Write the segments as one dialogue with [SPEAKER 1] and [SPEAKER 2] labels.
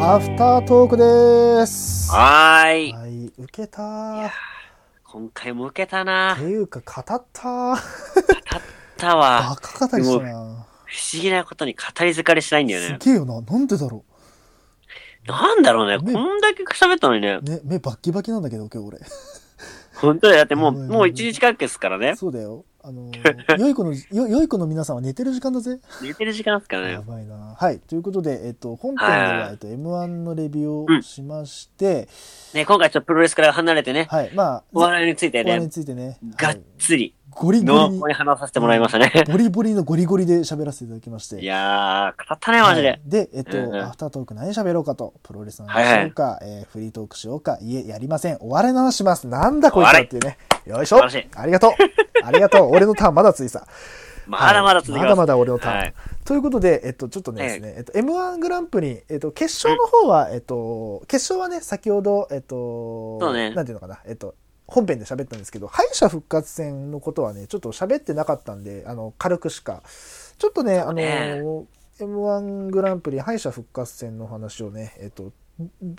[SPEAKER 1] アフタートークです。は
[SPEAKER 2] はーい。
[SPEAKER 1] い、受けた
[SPEAKER 2] い
[SPEAKER 1] ー
[SPEAKER 2] やー。今回も受けたな
[SPEAKER 1] て。いうか、語ったー。
[SPEAKER 2] たわ
[SPEAKER 1] バ。カ語りしたな
[SPEAKER 2] 不思議なことに語り疲れしないんだよ
[SPEAKER 1] す
[SPEAKER 2] ね。
[SPEAKER 1] げえよな。なんでだろ
[SPEAKER 2] なんだろうね。
[SPEAKER 1] ね
[SPEAKER 2] こんだけ喋ったのにね
[SPEAKER 1] う。。ね、目バッキバキなんだけど、今日
[SPEAKER 2] 本当だよ。だってもう、
[SPEAKER 1] うんうんうん
[SPEAKER 2] もう1時間ですからね
[SPEAKER 1] 俺。。そうだよ。あの ー、良い子の、よ良い子の皆さんは寝てる時間だぜ。
[SPEAKER 2] 寝てる時間ですから
[SPEAKER 1] や
[SPEAKER 2] ね。
[SPEAKER 1] ばいな。はい。ということで、えっと、本編では、
[SPEAKER 2] はい
[SPEAKER 1] えっと、M1 のレビュ
[SPEAKER 2] う
[SPEAKER 1] ーを
[SPEAKER 2] ん
[SPEAKER 1] しまして、
[SPEAKER 2] ね、今回ちょっとプロレスから離れてね。
[SPEAKER 1] はい。まあ、
[SPEAKER 2] お笑いについて
[SPEAKER 1] お笑い
[SPEAKER 2] ね
[SPEAKER 1] に。ついてね、は
[SPEAKER 2] が
[SPEAKER 1] い
[SPEAKER 2] っつり、
[SPEAKER 1] ゴリ
[SPEAKER 2] 濃
[SPEAKER 1] ゴリ
[SPEAKER 2] 厚
[SPEAKER 1] に
[SPEAKER 2] に、話させてもらいましたね。
[SPEAKER 1] ボリボリのゴリゴリで喋らせていただきまして。
[SPEAKER 2] いやー、語ったね、マジ
[SPEAKER 1] はい
[SPEAKER 2] で。
[SPEAKER 1] で、えっと、
[SPEAKER 2] うんうん
[SPEAKER 1] アフタートーク何喋ろうかと、プロレスの話しようか、えーフリートークしようか、いえ、やりません。お笑いの話します。なんだこいつらっていうね。よいしょ。
[SPEAKER 2] 素晴らしい
[SPEAKER 1] ありがとう。ありがとう。俺のターンまだついさ。
[SPEAKER 2] まだまだ続き
[SPEAKER 1] はい
[SPEAKER 2] ます。
[SPEAKER 1] まだまだ俺のターン。
[SPEAKER 2] はい
[SPEAKER 1] ということで、えっと、ちょっとね
[SPEAKER 2] ええ
[SPEAKER 1] ですね、えっと、M1 グランプリ、えっと、決勝の方は、えっと、決勝はね、先ほど、えっと、
[SPEAKER 2] そうね
[SPEAKER 1] なんていうのかな、えっと、本編で喋ったんですけど、敗者復活戦のことはね、ちょっと喋ってなかったんで、あの、軽くしか。ちょっとね、あの、
[SPEAKER 2] ね
[SPEAKER 1] M1 グランプリ敗者復活戦の話をね、えっと、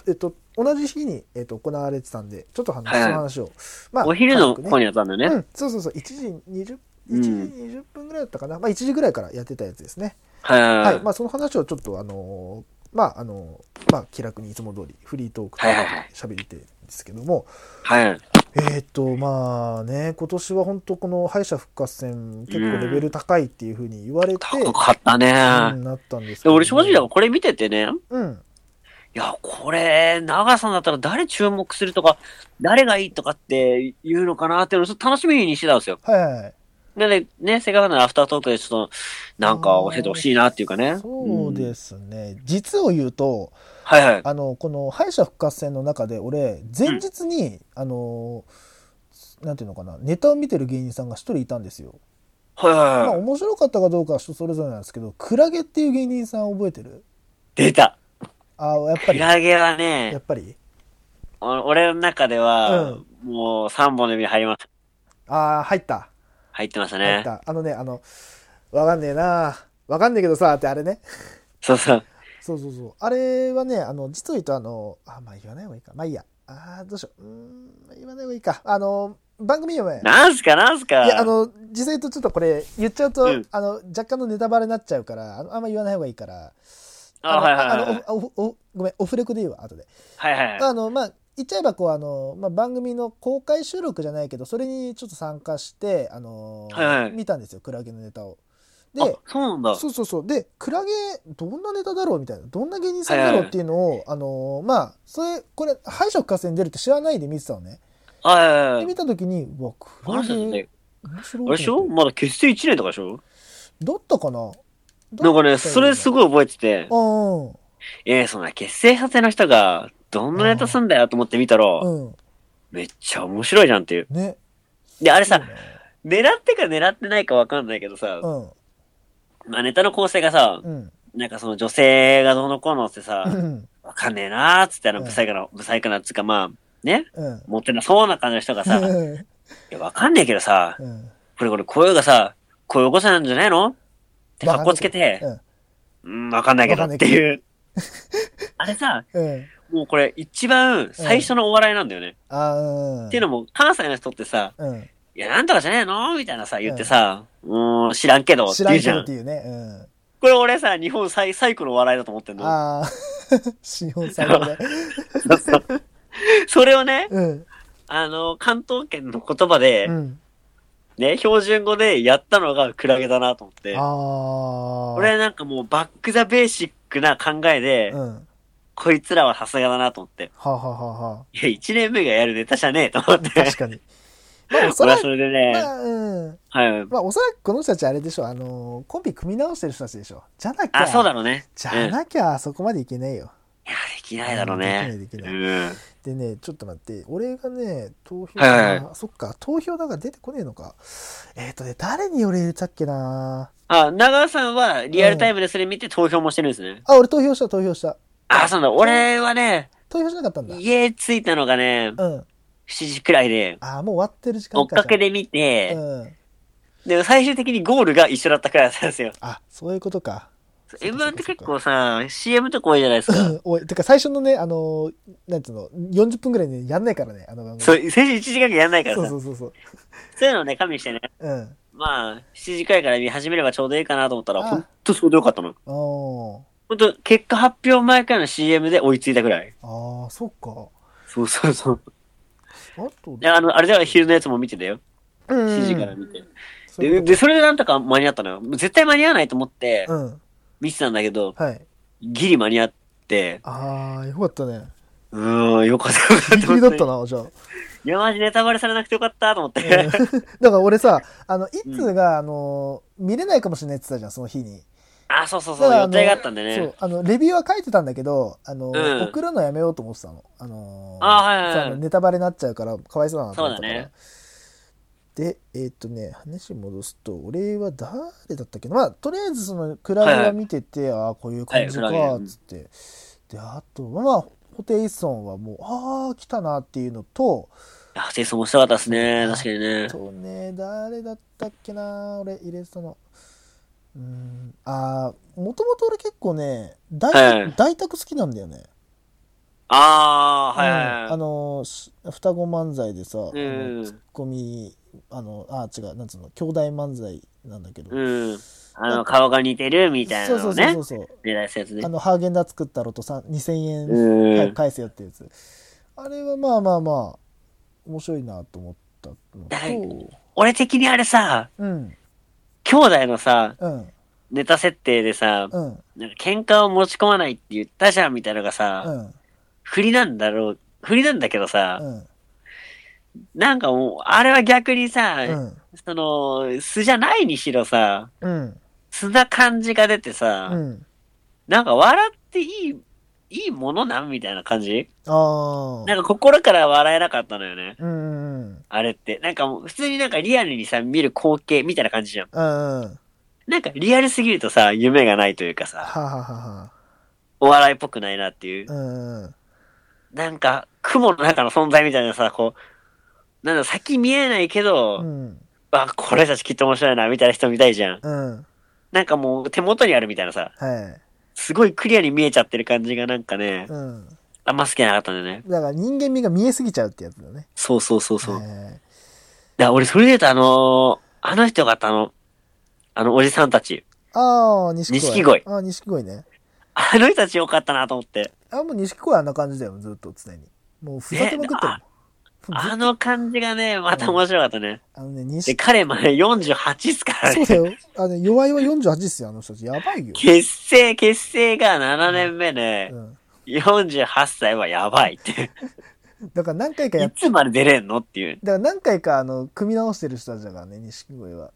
[SPEAKER 1] えっと、同じ日に、えっと、行われてたんで、ちょっと話、
[SPEAKER 2] はい
[SPEAKER 1] その話を。ま
[SPEAKER 2] お昼
[SPEAKER 1] 軽
[SPEAKER 2] の
[SPEAKER 1] くね
[SPEAKER 2] 方にやったんだよ
[SPEAKER 1] う
[SPEAKER 2] ね。
[SPEAKER 1] ん、そうそうそう、1時20、
[SPEAKER 2] う
[SPEAKER 1] 1
[SPEAKER 2] ん
[SPEAKER 1] 時20分ぐらいだったかな、まあ1時ぐらいからやってたやつですね。
[SPEAKER 2] はいは
[SPEAKER 1] はいい、
[SPEAKER 2] は
[SPEAKER 1] まあその話をちょっとあのーまああのーまあ気楽にいつも通りフリートーク
[SPEAKER 2] はいはいはい
[SPEAKER 1] で喋りてるんですけども、
[SPEAKER 2] い。はい。
[SPEAKER 1] えーっとまあね、今年は本当この敗者復活戦結構レベル高いっていうふうに言われて、
[SPEAKER 2] 高かったね。
[SPEAKER 1] うんなったんです
[SPEAKER 2] で
[SPEAKER 1] けど、
[SPEAKER 2] 俺正直だからこれ見ててね。
[SPEAKER 1] うん、
[SPEAKER 2] いや、これ、長さんだったら誰注目するとか、誰がいいとかって言うのかなっていうのをちょっと楽しみにしてたんですよ。
[SPEAKER 1] はいはいはい。
[SPEAKER 2] なので、ね、せっかくならアフタートークでちょっと、なんか教えてほしいなっていうかね。
[SPEAKER 1] そうんですね、実を言うと、
[SPEAKER 2] はいはい。
[SPEAKER 1] あのこの敗者復活戦の中で俺前日に、あのなんていうのかなネタを見てる芸人さんが一人いたんですよ。
[SPEAKER 2] はいはい
[SPEAKER 1] まあ
[SPEAKER 2] はい。
[SPEAKER 1] 面白かったかどうかは人それぞれなんですけどクラゲっていう芸人さん覚えてる
[SPEAKER 2] 出た。
[SPEAKER 1] あーやっぱ
[SPEAKER 2] ク
[SPEAKER 1] り
[SPEAKER 2] ラゲは
[SPEAKER 1] や
[SPEAKER 2] ね
[SPEAKER 1] っ、ぱり
[SPEAKER 2] お俺の中では、
[SPEAKER 1] うん
[SPEAKER 2] もう3本の指入りました。
[SPEAKER 1] あー入った
[SPEAKER 2] 入ってました
[SPEAKER 1] 入っ
[SPEAKER 2] ね。
[SPEAKER 1] たあのねあのわかんねえなわかんねえけどさってあれね
[SPEAKER 2] そうそう。
[SPEAKER 1] そうそうそうあれはねあの実を言うとあのあまあ言わない方がいいかまあいいやあーどうしよううーん言わない方がいいかあの番組読め
[SPEAKER 2] なんすかなんすか
[SPEAKER 1] いやあの実際とちょっとこれ言っちゃうと、
[SPEAKER 2] うん
[SPEAKER 1] あの若干のネタバレになっちゃうからあのあんま言わない方がいいから
[SPEAKER 2] あ、はいはいはい
[SPEAKER 1] あのあのおおおごめんオフレコでいいわ後で、
[SPEAKER 2] はいはいはい。
[SPEAKER 1] あのまあ言っちゃえばこうあの、まあ、番組の公開収録じゃないけどそれにちょっと参加してあの、
[SPEAKER 2] はいはい
[SPEAKER 1] 見たんですよクラゲのネタを。で
[SPEAKER 2] あ、そうなんだ。
[SPEAKER 1] そうそうそうでクラゲどんなネタだろうみたいなどんな芸人さんだろうっていうのを、あのまあそれこれ敗者復活戦に出るって知らないで見てたのね。
[SPEAKER 2] はいはいは
[SPEAKER 1] で
[SPEAKER 2] い。
[SPEAKER 1] 見た時にうわク
[SPEAKER 2] あ
[SPEAKER 1] ラ
[SPEAKER 2] れ
[SPEAKER 1] ゲ面白い
[SPEAKER 2] で
[SPEAKER 1] と
[SPEAKER 2] あ
[SPEAKER 1] 思
[SPEAKER 2] れ
[SPEAKER 1] っ
[SPEAKER 2] で
[SPEAKER 1] て
[SPEAKER 2] しょまだ結成1年とかでしょ
[SPEAKER 1] だったかな
[SPEAKER 2] なんかね、それす
[SPEAKER 1] い。
[SPEAKER 2] ごい覚えてて、
[SPEAKER 1] うん。
[SPEAKER 2] えー、そんな結成させの人が、どんなネタすんだよと思って見たら、
[SPEAKER 1] うん。
[SPEAKER 2] めっちゃ面白いじゃんっていう。
[SPEAKER 1] ね。
[SPEAKER 2] で、あれ
[SPEAKER 1] いい
[SPEAKER 2] さ、
[SPEAKER 1] ね
[SPEAKER 2] 狙ってか狙ってないかわかんないけどさ、
[SPEAKER 1] うん。
[SPEAKER 2] まあネタの構成がさ、
[SPEAKER 1] うん。
[SPEAKER 2] なんかその女性がどうのこうのって
[SPEAKER 1] う
[SPEAKER 2] さ、
[SPEAKER 1] ん。
[SPEAKER 2] わかんねえなーっつってあの、
[SPEAKER 1] うん
[SPEAKER 2] ブサイクな、ブサイクなっつうかまあ、ね、
[SPEAKER 1] うん。
[SPEAKER 2] モテなそうな感じの人がさ、いや、わかんねえけどさ、
[SPEAKER 1] うん。
[SPEAKER 2] これこれ声がさ、声起こせなんじゃないのって格好つけて、
[SPEAKER 1] うん。
[SPEAKER 2] うん、わかんないけどっていう。 あれさ、
[SPEAKER 1] うん。
[SPEAKER 2] もうこれ一番最初のお笑いなんだよね。
[SPEAKER 1] あーうん。
[SPEAKER 2] っていうのも、関西の人ってさ、
[SPEAKER 1] うん。
[SPEAKER 2] いや、なんとかじゃねえのみたいなさ、言ってさ、うーん、知らんけどって
[SPEAKER 1] 知らん
[SPEAKER 2] 言うじ
[SPEAKER 1] け
[SPEAKER 2] ゃ
[SPEAKER 1] どっ
[SPEAKER 2] ん。
[SPEAKER 1] ていうね。うん。
[SPEAKER 2] これ俺さ、日本最、最古の笑いだと思ってんの。
[SPEAKER 1] ああ。新本さんね。
[SPEAKER 2] そうそう それをね、
[SPEAKER 1] うん。
[SPEAKER 2] あの、関東圏の言葉で、
[SPEAKER 1] うん。
[SPEAKER 2] ね、標準語でやったのがクラゲだなと思って
[SPEAKER 1] あ。あ。
[SPEAKER 2] 俺なんかもうバックザベーシックな考えで、
[SPEAKER 1] うん。は
[SPEAKER 2] こいつらはさすがだなと思って。
[SPEAKER 1] あはあはあはい
[SPEAKER 2] や、一年目がやるネタじゃねえと思
[SPEAKER 1] あ。
[SPEAKER 2] って。
[SPEAKER 1] 確かに。 まあ、おそら
[SPEAKER 2] 俺は
[SPEAKER 1] く
[SPEAKER 2] そ、れでね、
[SPEAKER 1] まあ、うん。
[SPEAKER 2] はい。
[SPEAKER 1] まあ、おそらくこの人たちあれでしょ。あのー、コンビ組み直してる人たちでしょ。じゃなきゃ。
[SPEAKER 2] あ、そうだろうね。
[SPEAKER 1] じゃなきゃ、あそこまでいけないよ。
[SPEAKER 2] いや、できないだろうね。
[SPEAKER 1] うんできないできない
[SPEAKER 2] うん。
[SPEAKER 1] でね、ちょっと待って、俺がね、投票、
[SPEAKER 2] はいはいはい
[SPEAKER 1] あそっか、投票だから出てこねえのか。えっ、とね、誰に俺入れたっけな
[SPEAKER 2] あ、長尾さんはリアルタイムでそれ見て投票もしてるんですね。
[SPEAKER 1] あ、俺投票した、投票した。
[SPEAKER 2] あ、そうだ。俺はね、
[SPEAKER 1] 投票しなかったんだ。
[SPEAKER 2] 家着いたのがね、
[SPEAKER 1] うん。
[SPEAKER 2] 7時くらいで、
[SPEAKER 1] あー、もう終わってる時
[SPEAKER 2] 追
[SPEAKER 1] 間
[SPEAKER 2] っ
[SPEAKER 1] か。
[SPEAKER 2] かけ
[SPEAKER 1] じ
[SPEAKER 2] で見
[SPEAKER 1] ゃ
[SPEAKER 2] て、
[SPEAKER 1] あうん。
[SPEAKER 2] で、最終的にゴールが一緒だったくらいだったんですよ。
[SPEAKER 1] あ、そういうことか。 っかそっか
[SPEAKER 2] M1 って結構さ、CM とか多いじゃないですか。
[SPEAKER 1] おい、てか最初のね、あのー、なんつうの、40分ぐらいね、やんないからね、あの番組。
[SPEAKER 2] そう、先週1時間やんないからさ、
[SPEAKER 1] そう
[SPEAKER 2] そ
[SPEAKER 1] そううそうそう。
[SPEAKER 2] いうのをね、加味してね、
[SPEAKER 1] うん。
[SPEAKER 2] まあ、7時くらいから見始めればちょうどいいかなと思ったら、
[SPEAKER 1] ああ
[SPEAKER 2] ほんとちょうどよかったの。
[SPEAKER 1] あ
[SPEAKER 2] ほんと、結果発表前からの CM で追いついたくらい。
[SPEAKER 1] あ。ああ、そっか。
[SPEAKER 2] そうそうそう。
[SPEAKER 1] あと、
[SPEAKER 2] であの、あれでは昼のやつも見てたよ。
[SPEAKER 1] うん
[SPEAKER 2] 7時から見て。
[SPEAKER 1] そうい
[SPEAKER 2] で、
[SPEAKER 1] うこ
[SPEAKER 2] で、それでなんとか間に合ったのよ。絶対間に合わないと思って
[SPEAKER 1] と、うん。
[SPEAKER 2] 見てたんだけど、
[SPEAKER 1] はい。
[SPEAKER 2] ギリ間に合って、
[SPEAKER 1] ああ、よか ったね。
[SPEAKER 2] うーん、よかったよか
[SPEAKER 1] ギリギ
[SPEAKER 2] った
[SPEAKER 1] リ
[SPEAKER 2] と思
[SPEAKER 1] だ
[SPEAKER 2] っ。
[SPEAKER 1] ってたな、じゃあ。
[SPEAKER 2] いや、マジネタバレされなくてよかったと思って。
[SPEAKER 1] うんだから俺さ、あの、一通が、あのー、見れないかもしれないって言ってたじゃん、その日に。
[SPEAKER 2] あ、そうそう
[SPEAKER 1] た
[SPEAKER 2] そう、
[SPEAKER 1] だ
[SPEAKER 2] 予定があったんで
[SPEAKER 1] そ
[SPEAKER 2] ね
[SPEAKER 1] う。、あの、レビューは書いてたんだけど、あのー、
[SPEAKER 2] うん
[SPEAKER 1] 送るのやめようと思ってたの。あのー
[SPEAKER 2] あはいはいはい
[SPEAKER 1] そうあのネタバレになっちゃうから、かわいそうだなと思ったから。
[SPEAKER 2] そうだね
[SPEAKER 1] で、えーっとね、話戻すと、俺は誰だったっけなまあ、とりあえずその、クラゲは見てて、ああ、こういう感じか、
[SPEAKER 2] はいクラゲ
[SPEAKER 1] つって。で、あとは、まあ、ホテイソンはもう、ああ、来たなっていうのと、
[SPEAKER 2] あ、テイスト面白かったですね。確かに ね。
[SPEAKER 1] そうね、誰だったっけな、俺、入れてたの。うーん、ああ、もともと俺結構ね、大,、
[SPEAKER 2] はい
[SPEAKER 1] 大宅好きなんだよね。
[SPEAKER 2] ああ、はい
[SPEAKER 1] うん
[SPEAKER 2] は
[SPEAKER 1] あの、し双子漫才でさ、
[SPEAKER 2] い。うん
[SPEAKER 1] ツッ。コミ、あの、あ、違う、なんつうの、兄弟漫才なんだけど。
[SPEAKER 2] うん。あの、顔が似てるみたい
[SPEAKER 1] そう
[SPEAKER 2] な
[SPEAKER 1] そ
[SPEAKER 2] の
[SPEAKER 1] う
[SPEAKER 2] を
[SPEAKER 1] そうそ
[SPEAKER 2] ね
[SPEAKER 1] う。そう。
[SPEAKER 2] 狙いしたやつね
[SPEAKER 1] あ。の、ハーゲンダッツ食ったろとさ2000円
[SPEAKER 2] うん
[SPEAKER 1] 早く返せよってやつ。あれはまあまあまあ、面白いなと思ったの
[SPEAKER 2] だい
[SPEAKER 1] と、
[SPEAKER 2] 俺的にあれさ、
[SPEAKER 1] うん、
[SPEAKER 2] 兄弟のさ、
[SPEAKER 1] うん、
[SPEAKER 2] ネタ設定でさ、
[SPEAKER 1] うん、
[SPEAKER 2] なんか喧嘩を持ち込まないって言ったじゃんみたいなのが
[SPEAKER 1] う
[SPEAKER 2] さ、
[SPEAKER 1] ん、
[SPEAKER 2] 振りなんだろう、振りなんだけどさ、
[SPEAKER 1] うん、
[SPEAKER 2] なんかもう、あれは逆にさ、
[SPEAKER 1] うん、
[SPEAKER 2] その、素じゃないにしろさ、
[SPEAKER 1] うん。
[SPEAKER 2] 素な感じが出てさ、
[SPEAKER 1] うん。
[SPEAKER 2] なんか笑っていい、いいものなんみたいな感じ
[SPEAKER 1] あ
[SPEAKER 2] な
[SPEAKER 1] あ。
[SPEAKER 2] んか心から笑えなかったのよね。
[SPEAKER 1] うんうん
[SPEAKER 2] あれって。なんかもう、普通になんかリアルにさ、見る光景みたいな感じじゃん。
[SPEAKER 1] うん。うんうん。
[SPEAKER 2] なんかリアルすぎるとさ、夢がないというか
[SPEAKER 1] は
[SPEAKER 2] さ、
[SPEAKER 1] ははは。
[SPEAKER 2] お笑いっぽくないなっていう
[SPEAKER 1] う。んうん。
[SPEAKER 2] なんか、雲の中の存在みたいなさ、こう、なんだ、先見えないけど、
[SPEAKER 1] うん。
[SPEAKER 2] あ、これたちきっと面白いな、みたいな人見たいじゃん。
[SPEAKER 1] うん。
[SPEAKER 2] なんかもう手元にあるみたいなさ、
[SPEAKER 1] はい。
[SPEAKER 2] すごいクリアに見えちゃってる感じがなんかね、
[SPEAKER 1] うん。
[SPEAKER 2] あんま好きじゃなかったんだよね。
[SPEAKER 1] だから人間味が見えすぎちゃうってやつだね。
[SPEAKER 2] そうそうそうそう。だか
[SPEAKER 1] え
[SPEAKER 2] ら俺それで言うとあのーあの人よかった、あの、あのおじさんたち。
[SPEAKER 1] ーああ、錦
[SPEAKER 2] 錦鯉
[SPEAKER 1] ああ、錦鯉ね。
[SPEAKER 2] あの人たちよかったなと思って。
[SPEAKER 1] あもう錦鯉はあんな感じだよ、ずっと常に。もうふざけまくってるもん。ず
[SPEAKER 2] あの感じがね、また面白かったね。
[SPEAKER 1] あのね、
[SPEAKER 2] で、
[SPEAKER 1] 錦
[SPEAKER 2] 彼まで48っすから
[SPEAKER 1] そう
[SPEAKER 2] ね。
[SPEAKER 1] だよ。あの、弱いは48ですよ、あの人たち。やばいよ。
[SPEAKER 2] 結成、結成が7年目で、
[SPEAKER 1] うん。
[SPEAKER 2] 48歳はやばいって。
[SPEAKER 1] だから何回かや
[SPEAKER 2] い
[SPEAKER 1] っ、
[SPEAKER 2] つまで出れんのっていう。
[SPEAKER 1] だから何回か、あの、組み直してる人たちだからね、錦鯉は。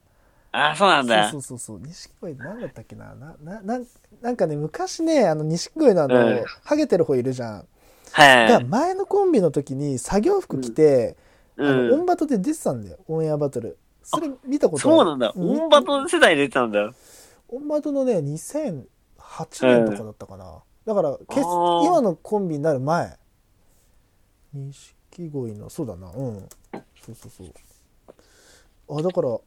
[SPEAKER 2] あ、そうなんだ。
[SPEAKER 1] そうそうそうそう錦鯉なんだったっけななななんなんかね昔ねあの錦鯉のあの、
[SPEAKER 2] うん
[SPEAKER 1] ハゲてる方いるじゃん、
[SPEAKER 2] は
[SPEAKER 1] が
[SPEAKER 2] い。
[SPEAKER 1] 前のコンビの時に作業服着て、
[SPEAKER 2] う
[SPEAKER 1] あのオ
[SPEAKER 2] ん。
[SPEAKER 1] ンバトで出てたんだよオンエアバトルそれ見たことある
[SPEAKER 2] そうなんだ。オンバト世代出てたんだ。
[SPEAKER 1] オンバトのね2008年とかだったかな、だから決
[SPEAKER 2] あー
[SPEAKER 1] 今のコンビになる前錦鯉のそうだなうんそうそうそうあだから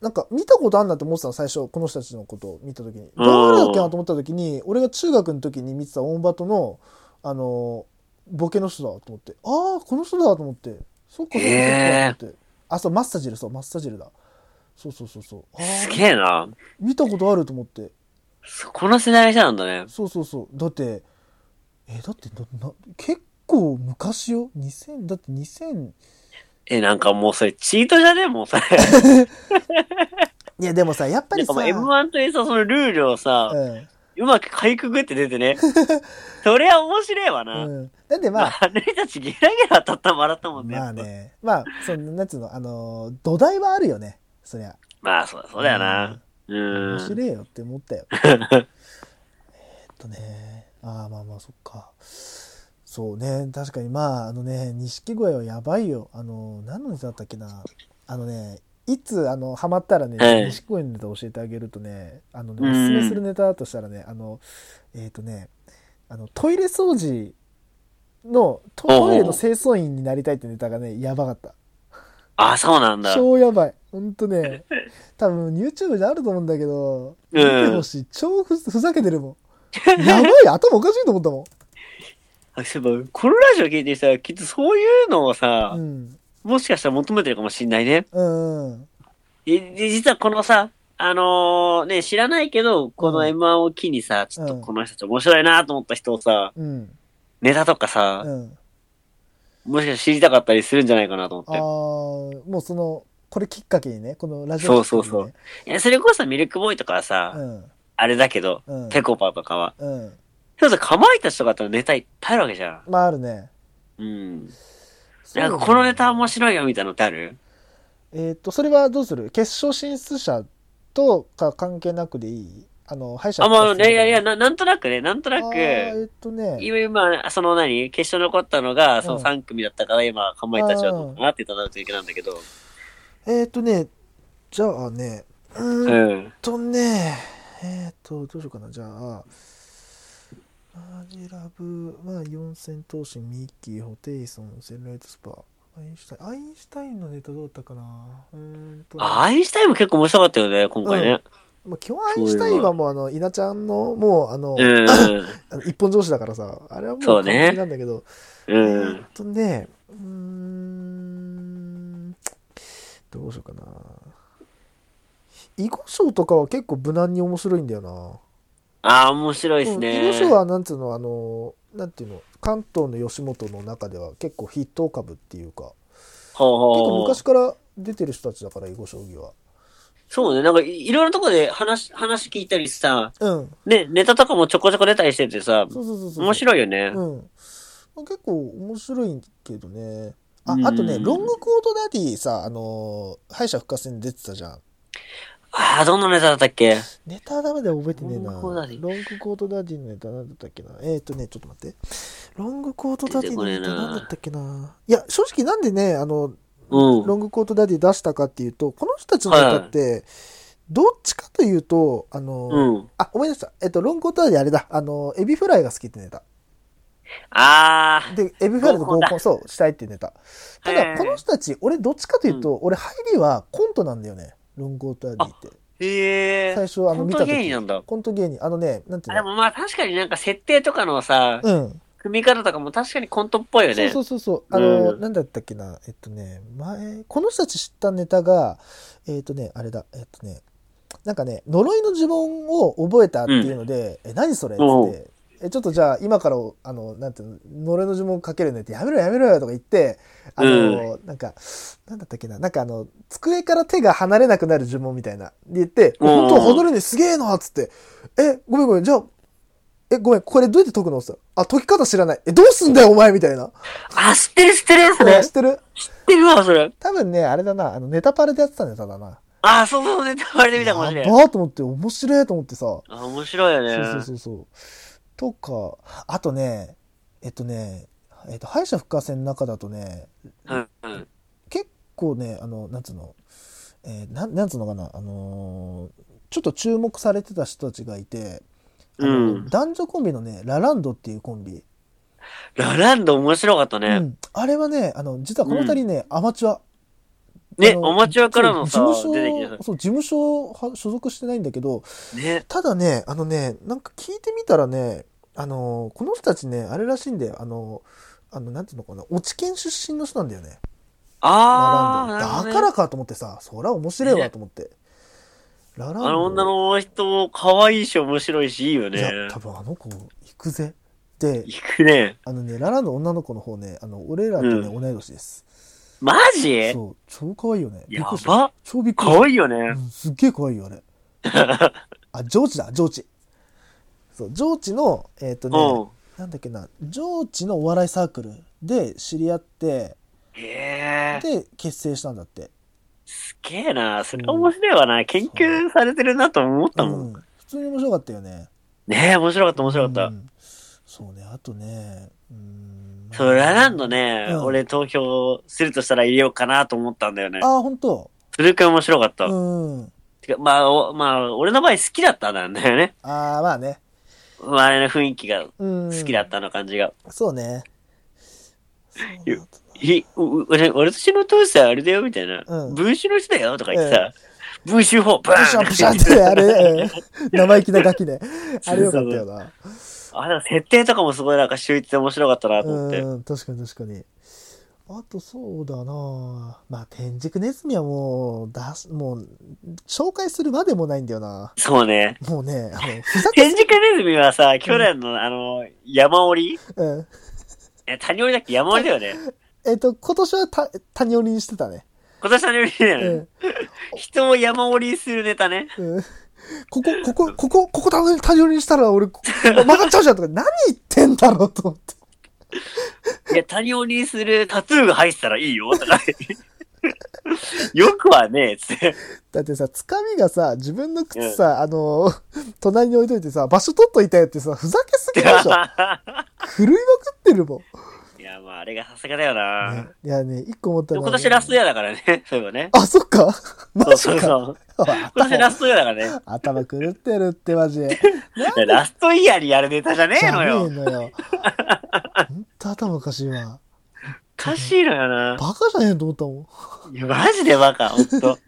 [SPEAKER 1] なんか見たことあんなって思ってたの最初この人たちのことを見た時に
[SPEAKER 2] うん
[SPEAKER 1] 誰だっけなと思った時に俺が中学の時に見てたオンバトのあのボケの人だと思ってああこの人だと思ってそっかそっかそっかと思って、
[SPEAKER 2] へ
[SPEAKER 1] あそうマッサージルそうマッサージルだそうそうそうそうあ
[SPEAKER 2] す
[SPEAKER 1] ー
[SPEAKER 2] げえな。
[SPEAKER 1] 見たことあると思って
[SPEAKER 2] そこの世代の人なんだね。
[SPEAKER 1] そうそうそうだってえだってなな結構昔よ2000だって2000
[SPEAKER 2] え、なんかもうそれチートじゃねえもうそれ。
[SPEAKER 1] いやでもさやっぱ
[SPEAKER 2] な
[SPEAKER 1] り
[SPEAKER 2] ん
[SPEAKER 1] さ
[SPEAKER 2] かもう M1 というさ、そのルールをさ、
[SPEAKER 1] うん
[SPEAKER 2] うまくかいくぐって出 てね。それは面白いわな。
[SPEAKER 1] うん、だってま
[SPEAKER 2] ま
[SPEAKER 1] あ
[SPEAKER 2] あ、あれたちゲラゲラ当たったも笑ったもんね。
[SPEAKER 1] まあ。ねまあそのなんつうのあのー土台はあるよねそりゃ
[SPEAKER 2] まあ、そうそうだよな。う
[SPEAKER 1] うん面
[SPEAKER 2] ん。
[SPEAKER 1] 白いよって思った よえっとねああまあまあそっかそうね確かにまああのね錦鯉はやばいよあのー何のネタだったっけなあのねいつあのハマったらね
[SPEAKER 2] はい
[SPEAKER 1] 錦鯉のネタ教えてあげるとねあのね
[SPEAKER 2] うん
[SPEAKER 1] おすすめするネタだとしたらねあのえっ、とねあのトイレ掃除のトトイレの清掃員になりたいってネタがねやばかった
[SPEAKER 2] あ、そうなんだ。
[SPEAKER 1] 超やばいほんとね、多分 YouTube であると思うんだけど、
[SPEAKER 2] う
[SPEAKER 1] 見て
[SPEAKER 2] ん
[SPEAKER 1] ほ。しい。超ふふざけてるもん。やばい、頭おかしいと思ったもん。
[SPEAKER 2] あそういえば、このラジオ聞いてさ、きっとそういうのをさ、
[SPEAKER 1] うん。
[SPEAKER 2] もしかしたら求めてるかもしんないね。
[SPEAKER 1] うんうん。
[SPEAKER 2] えで実はこのさ、あのーね、知らないけど、こ
[SPEAKER 1] う
[SPEAKER 2] の
[SPEAKER 1] ん
[SPEAKER 2] M1 を機にさ、ちょっとこの人たち面白いなと思った人をさ、
[SPEAKER 1] うん。
[SPEAKER 2] ネタとかさ、
[SPEAKER 1] うん。
[SPEAKER 2] もしかしたら知りたかったりするんじゃないかなと
[SPEAKER 1] ああ、
[SPEAKER 2] 思っ
[SPEAKER 1] もうその、これきっかけにね、このラジオ、
[SPEAKER 2] そうそうそう。て。いや、それこそさミルクボーイとかはさ、
[SPEAKER 1] うん。
[SPEAKER 2] あれだけど、
[SPEAKER 1] うん。
[SPEAKER 2] ペコパとかは。
[SPEAKER 1] うん。
[SPEAKER 2] そうそう、かまいたちとかだったらネタいっぱいあるわけじゃん。
[SPEAKER 1] まああるね。
[SPEAKER 2] うん。
[SPEAKER 1] そう
[SPEAKER 2] な
[SPEAKER 1] だね
[SPEAKER 2] んかこのネタ面白いよみたいなのってある
[SPEAKER 1] えーっと、それはどうする決勝進出者とか関係なくでいいあの、敗者
[SPEAKER 2] あ、まあ、
[SPEAKER 1] 復活
[SPEAKER 2] ねいやいや、
[SPEAKER 1] み
[SPEAKER 2] ななんとなくね、なんと
[SPEAKER 1] た
[SPEAKER 2] ない
[SPEAKER 1] なあー
[SPEAKER 2] く、
[SPEAKER 1] えーっとね、
[SPEAKER 2] 今、今、その何決勝残ったのが、そうの
[SPEAKER 1] ん
[SPEAKER 2] 3組だったから、今、かまいたちはどうかなって言ったといけなんだけど。
[SPEAKER 1] えーっとね、じゃあね、う
[SPEAKER 2] う
[SPEAKER 1] ーん
[SPEAKER 2] ん。
[SPEAKER 1] とね、えーっと、どうしようかな、じゃあ、マジラブ、まあ、四千頭身、ミッキー、ホテイソン、セルライトスパ、アインシュタイン、アインシュタインのネタどうだったかなうーんとね、
[SPEAKER 2] あアインシュタインも結構面白かったよね、今回ね。
[SPEAKER 1] まあ、基本アインシュタインはもう、あの、稲ちゃんの、もう、あの、
[SPEAKER 2] うん。
[SPEAKER 1] あの一本上司だからさ、あれはもう
[SPEAKER 2] そうね
[SPEAKER 1] 完璧なんだけど、
[SPEAKER 2] う
[SPEAKER 1] えー
[SPEAKER 2] ん
[SPEAKER 1] っ。とね、うーん、どうしようかな。囲碁賞とかは結構無難に面白いんだよな。
[SPEAKER 2] ああ、面白いです
[SPEAKER 1] うん
[SPEAKER 2] ね。
[SPEAKER 1] 囲碁賞はなんつうの、あの、なんていうの、関東の吉本の中では結構筆頭株っていうか、
[SPEAKER 2] ほうほう
[SPEAKER 1] 結構昔から出てる人たちだから、囲碁将棋は。
[SPEAKER 2] そうね、なんかいいろんなとこで話、話聞いたりさ、
[SPEAKER 1] うん、
[SPEAKER 2] ね、ネタとかもちょこちょこ出たりしててさ、
[SPEAKER 1] そうそうそうそう。
[SPEAKER 2] 面白いよね。
[SPEAKER 1] うん。まあ結構面白いけどね。あ
[SPEAKER 2] うん
[SPEAKER 1] あとね、ロングコートダディさ、あのー敗者復活戦に出てたじゃん。
[SPEAKER 2] ああ、どんなネタだったっけ
[SPEAKER 1] ネタはダメで覚えてねえな。
[SPEAKER 2] ロングコートダディ
[SPEAKER 1] ロングコートダディのネタなんだったっけな。えっ、ー、とね、ちょっと待って。ロングコートダディのネタなんだったっけな。いや、正直なんでね、あの、
[SPEAKER 2] うん。
[SPEAKER 1] ロングコートダディ出したかっていうと、この人たちのネタって、どっちかというと、あのー
[SPEAKER 2] うん。
[SPEAKER 1] あ、思い出した。えっと、ロングコートダディあれだ。あのーエビフライが好きってネタ。
[SPEAKER 2] ああ、
[SPEAKER 1] で、エビフライと合
[SPEAKER 2] 合コ
[SPEAKER 1] コン、そう、したいっていうネタ。ただ、
[SPEAKER 2] えー
[SPEAKER 1] この人たち、俺、どっちかというと、俺、入りはコントなんだよね。ロングコートダディって。
[SPEAKER 2] へえ。
[SPEAKER 1] 最初、あの、
[SPEAKER 2] コン
[SPEAKER 1] 見
[SPEAKER 2] ト
[SPEAKER 1] た
[SPEAKER 2] 芸
[SPEAKER 1] 時
[SPEAKER 2] 人なんだ
[SPEAKER 1] コント芸人。あのね、なんて
[SPEAKER 2] あ
[SPEAKER 1] い
[SPEAKER 2] で
[SPEAKER 1] うの
[SPEAKER 2] もまあ確かになんか設定とかのさ、
[SPEAKER 1] うん。
[SPEAKER 2] 組み方とかも確かにコントっぽいよ
[SPEAKER 1] そう
[SPEAKER 2] ね。
[SPEAKER 1] そううそうそう。あの、
[SPEAKER 2] うん
[SPEAKER 1] なんだったっけな。えっとね、前、この人たち知ったネタが、えっとね、あれだ、えっとね、なんかね、呪いの呪文を覚えたっていうので、え、何それっ
[SPEAKER 2] お
[SPEAKER 1] つ
[SPEAKER 2] う
[SPEAKER 1] って。えちょっとじゃあ今からあのなんていうの呪いの呪文かけるねってやめろやめろよとか言ってあの、なんかなんだったっけななんかあの机から手が離れなくなる呪文みたいなで言って「
[SPEAKER 2] うん
[SPEAKER 1] 本当踊るねすげえな」っつって「えごめんごめんじゃあえごめんこれどうやって解くの?」っつったら「あ解き方知らないえどうすんだよお前」みたいな
[SPEAKER 2] あ、知ってる知ってるそれ
[SPEAKER 1] 知。ってる
[SPEAKER 2] 知ってるわ、それ。
[SPEAKER 1] 多分ね、あれだな、あの、ネタパレでやってたネタだな。
[SPEAKER 2] あ、そうそう、ネタバレで見たかもしれ
[SPEAKER 1] や
[SPEAKER 2] ない。
[SPEAKER 1] ばーと思って、面白いと思ってさ。そ
[SPEAKER 2] あ、面白いよね。
[SPEAKER 1] うそうそうそう。とか、あとね、えっとね、えっと、敗者復活戦の中だとね、
[SPEAKER 2] うんうん。
[SPEAKER 1] 結構ね、あの、なんつうの、えーなん、なんつうのかな、あのーちょっと注目されてた人たちがいて、あの
[SPEAKER 2] うん
[SPEAKER 1] 男女コンビのね、ラランドっていうコンビ。
[SPEAKER 2] ラランド面白かった
[SPEAKER 1] う
[SPEAKER 2] ね。
[SPEAKER 1] んあれはね、あの、実はこの二人ね、アマチュア。
[SPEAKER 2] ね、
[SPEAKER 1] あの
[SPEAKER 2] アマチュアからのさ
[SPEAKER 1] そう事、
[SPEAKER 2] 出て
[SPEAKER 1] 務
[SPEAKER 2] き
[SPEAKER 1] 所、そう、事務所は所属してないんだけど、
[SPEAKER 2] た。ね。
[SPEAKER 1] ただね、あのね、なんか聞いてみたらね、あのー、この人たちね、あれらしいんだよ、あのー、あの、なんていうのかな、落ち県出身の人なんだよね。
[SPEAKER 2] あ
[SPEAKER 1] ララ
[SPEAKER 2] ー、なるほ
[SPEAKER 1] ン
[SPEAKER 2] ど
[SPEAKER 1] ド
[SPEAKER 2] ね
[SPEAKER 1] だからかと思ってさ、そら面白いわと思って。ラランド。
[SPEAKER 2] あの女の人、可愛いし、面白いし、いいよ
[SPEAKER 1] いや
[SPEAKER 2] ね、。
[SPEAKER 1] 多分あの子、行くぜ。で、
[SPEAKER 2] 行くね。
[SPEAKER 1] あのね、ラランド女の子の方ね、あの、俺らとね、
[SPEAKER 2] う
[SPEAKER 1] 同い年です。
[SPEAKER 2] マジ
[SPEAKER 1] そう、超可愛いよね。びっ
[SPEAKER 2] や
[SPEAKER 1] くりした
[SPEAKER 2] ば
[SPEAKER 1] 超びっくりした
[SPEAKER 2] 可愛いよね
[SPEAKER 1] う。んすっげえ可愛いよあ れあジョーチだジョーチそうジョーチのえっ、と
[SPEAKER 2] う
[SPEAKER 1] ね、
[SPEAKER 2] ん。
[SPEAKER 1] なんだっけなジョーチのお笑いサークルで知り合って
[SPEAKER 2] へえ。
[SPEAKER 1] で結成したんだって
[SPEAKER 2] すげえな。それ面白いわな。研究されてるなと思ったもん。
[SPEAKER 1] うん、普通に面白かったよね
[SPEAKER 2] ねえ、面白かった、面白かった。
[SPEAKER 1] うんそうねあとねうん
[SPEAKER 2] そう、ラランドね、
[SPEAKER 1] うん
[SPEAKER 2] 俺投票するとしたら入れようかなと思ったんだよね。
[SPEAKER 1] ああ本当
[SPEAKER 2] それくらい面白かった。
[SPEAKER 1] うん
[SPEAKER 2] てかまあ、おまあ、俺の場合好きだったんだよね。
[SPEAKER 1] ああまあね
[SPEAKER 2] まあ、あれの雰囲気が
[SPEAKER 1] うん
[SPEAKER 2] 好きだったの感じが。
[SPEAKER 1] そうねそうなんだ
[SPEAKER 2] ひうう俺私の当時はあれだよみたいな、
[SPEAKER 1] うん
[SPEAKER 2] 文集の人だよとか言ってさ、文集法、ブ
[SPEAKER 1] プシ
[SPEAKER 2] ー
[SPEAKER 1] ャ
[SPEAKER 2] ン
[SPEAKER 1] ンプシャンって、あれ、うん生意気なガキね。あれよかったよな。
[SPEAKER 2] あ、なんか設定とかもすごいなんか秀逸で面白かったなと思って。
[SPEAKER 1] うん、確かに確かに。あとそうだなまあ、天竺ネズミはもう、出す、もう、紹介するまでもないんだよな
[SPEAKER 2] そうね。
[SPEAKER 1] もうね、あの、ふざけ、
[SPEAKER 2] 天竺ネズミはさ、去年のあの、山折り
[SPEAKER 1] うん。
[SPEAKER 2] え、谷折りだっけ山折りだよね。
[SPEAKER 1] えっ、と、今年はた、谷折りにしてたね。
[SPEAKER 2] 今年谷折りだよね。
[SPEAKER 1] うん。
[SPEAKER 2] 人を山折りするネタね。
[SPEAKER 1] うんここ、ここ、ここ、ここ谷谷折りにしたら俺、こ曲がっちゃうじゃんとか、何言ってんだろうと思って。
[SPEAKER 2] いや、谷折りするタトゥーが入ってたらいいよ、とか。 よくはね、つって。
[SPEAKER 1] だってさ、つかみがさ、自分の靴さ、あの、隣に置いといてさ、場所取っといたよってさ、ふざけすぎでしょ。狂 いまくってるもん。
[SPEAKER 2] いや、まあ、あれがさすがだよな。
[SPEAKER 1] ねいやね、一個思った
[SPEAKER 2] で
[SPEAKER 1] の
[SPEAKER 2] も
[SPEAKER 1] は
[SPEAKER 2] 今年ラストイヤーだからね、 そういえばね。
[SPEAKER 1] あ、そっかマ
[SPEAKER 2] そう
[SPEAKER 1] ジ
[SPEAKER 2] そう
[SPEAKER 1] か
[SPEAKER 2] そう。
[SPEAKER 1] あ
[SPEAKER 2] 今年ラ
[SPEAKER 1] 頭
[SPEAKER 2] ストイヤーだからね。
[SPEAKER 1] 頭狂ってるってマジ。
[SPEAKER 2] ラストイヤーにやるネタじゃね
[SPEAKER 1] じ
[SPEAKER 2] え
[SPEAKER 1] ゃ
[SPEAKER 2] の
[SPEAKER 1] ねえ
[SPEAKER 2] よ。
[SPEAKER 1] のよ。ほんと頭おかしいわ。
[SPEAKER 2] おかしいのよな。
[SPEAKER 1] バカじゃねえと思ったもん。
[SPEAKER 2] いや、マジでバカ、ほんと。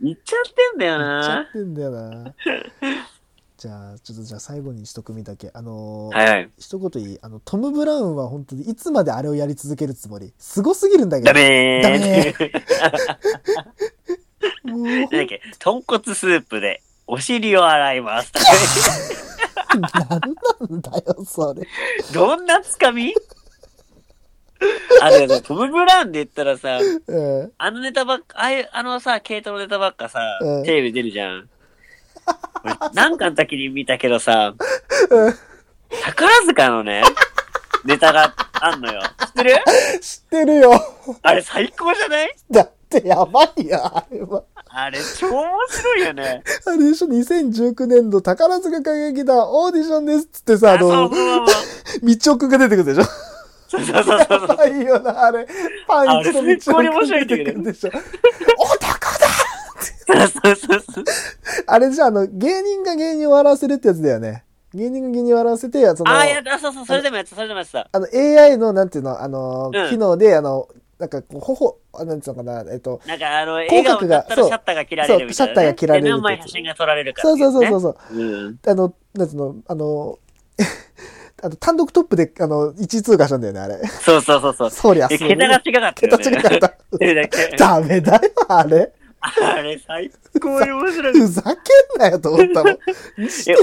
[SPEAKER 2] 言っちゃってんだよ
[SPEAKER 1] 言っちゃっ
[SPEAKER 2] な。
[SPEAKER 1] てんだよな。じゃあ、ちょっとじゃあ最後に一組だけ。あのー
[SPEAKER 2] はいはい。
[SPEAKER 1] 一言いいあの、トム・ブラウンは本当にいつまであれをやり続けるつもりすごすぎるんだけど。
[SPEAKER 2] ダメ
[SPEAKER 1] ダ メ
[SPEAKER 2] ー。
[SPEAKER 1] もう
[SPEAKER 2] なんだっけ、豚骨スープでお尻を洗 います。
[SPEAKER 1] 何なんだよ、それ。
[SPEAKER 2] どんなつ かみあれトム・ブラウンで言ったらさ、
[SPEAKER 1] うん。
[SPEAKER 2] あのネタばっか、ああいう、あのさ、系統のネタばっかさ、
[SPEAKER 1] うん
[SPEAKER 2] テレビ出るじゃん。俺なんかの時に見たけどさ、
[SPEAKER 1] うん
[SPEAKER 2] 宝塚 のね、ネタがあんのよ。知ってる
[SPEAKER 1] 知ってるよ。
[SPEAKER 2] あれ最高じゃない
[SPEAKER 1] だってやばいや、あれは。
[SPEAKER 2] あれ超面白いよね。
[SPEAKER 1] あれでしょ、2019年度宝塚歌劇団オーディションですっつってさ、あ
[SPEAKER 2] あ、そう
[SPEAKER 1] の、
[SPEAKER 2] そう
[SPEAKER 1] みちおくんが出てくるでしょ。
[SPEAKER 2] そう。そうそうそうそう。
[SPEAKER 1] あいよな、あれ。パンチのみちおくんが出てくるでしょ。男だ
[SPEAKER 2] そうそうそ うそう。
[SPEAKER 1] あれじゃあ、あの、芸人が芸人を笑わせるってやつだよね。芸人が芸人を笑わせて、その、
[SPEAKER 2] あ
[SPEAKER 1] あ
[SPEAKER 2] あ、やった、そうそう、それでもやってた、それでもやってた。
[SPEAKER 1] の、AI の、なんていうの、あの、
[SPEAKER 2] うん
[SPEAKER 1] 機能で、あの、なんか、こう、頬、あなんていうのかな、えっと、
[SPEAKER 2] なんか、あの、
[SPEAKER 1] 口
[SPEAKER 2] 笑顔
[SPEAKER 1] 角
[SPEAKER 2] だ
[SPEAKER 1] が
[SPEAKER 2] ったらシャッターが切られるみたいな、ね。
[SPEAKER 1] そうシャッターが切られる
[SPEAKER 2] で何枚写真が撮られるか
[SPEAKER 1] そうそうそうそううそう。
[SPEAKER 2] そう。うん。
[SPEAKER 1] あの、なんていうの、あの、 あの単独トップで、あの、1位通過したんだよね、あれ。
[SPEAKER 2] そうそうそうそう。
[SPEAKER 1] そりゃ
[SPEAKER 2] え
[SPEAKER 1] すごい。
[SPEAKER 2] 桁が違かったよ、ね。
[SPEAKER 1] 桁違かった。
[SPEAKER 2] それだけ。
[SPEAKER 1] ダメだよ、あれ。
[SPEAKER 2] あれ、最高に面白い。
[SPEAKER 1] ふざけんなよと思ったもん。
[SPEAKER 2] え、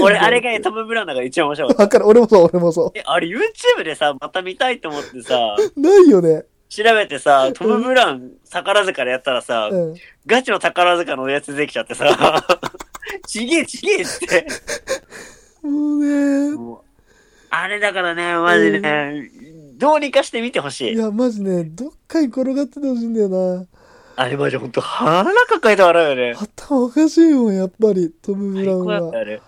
[SPEAKER 2] 俺、あれがね
[SPEAKER 1] と
[SPEAKER 2] トム・ブラウンだから一番面白かった。
[SPEAKER 1] わかる、俺もそう、俺もそ
[SPEAKER 2] え、あれ YouTube でさ、また見たいと思ってさ、
[SPEAKER 1] う。ないよね。
[SPEAKER 2] 調べてさ、トム・ブラウン、宝塚でやったらさ、
[SPEAKER 1] うん。
[SPEAKER 2] ガチの宝塚のやつできちゃってさ、ちげえちげえって。
[SPEAKER 1] もうね。
[SPEAKER 2] もうあれだからね、マジでね、どうにかして見てほし
[SPEAKER 1] い
[SPEAKER 2] い。
[SPEAKER 1] や、マジね、どっかに転がっててほしいんだよな。
[SPEAKER 2] あれマジほんと腹抱えて笑うよね。
[SPEAKER 1] 頭おかしいもん、やっぱり、トム・ブ
[SPEAKER 2] 最
[SPEAKER 1] ラウン
[SPEAKER 2] 高だった
[SPEAKER 1] は。
[SPEAKER 2] あれ。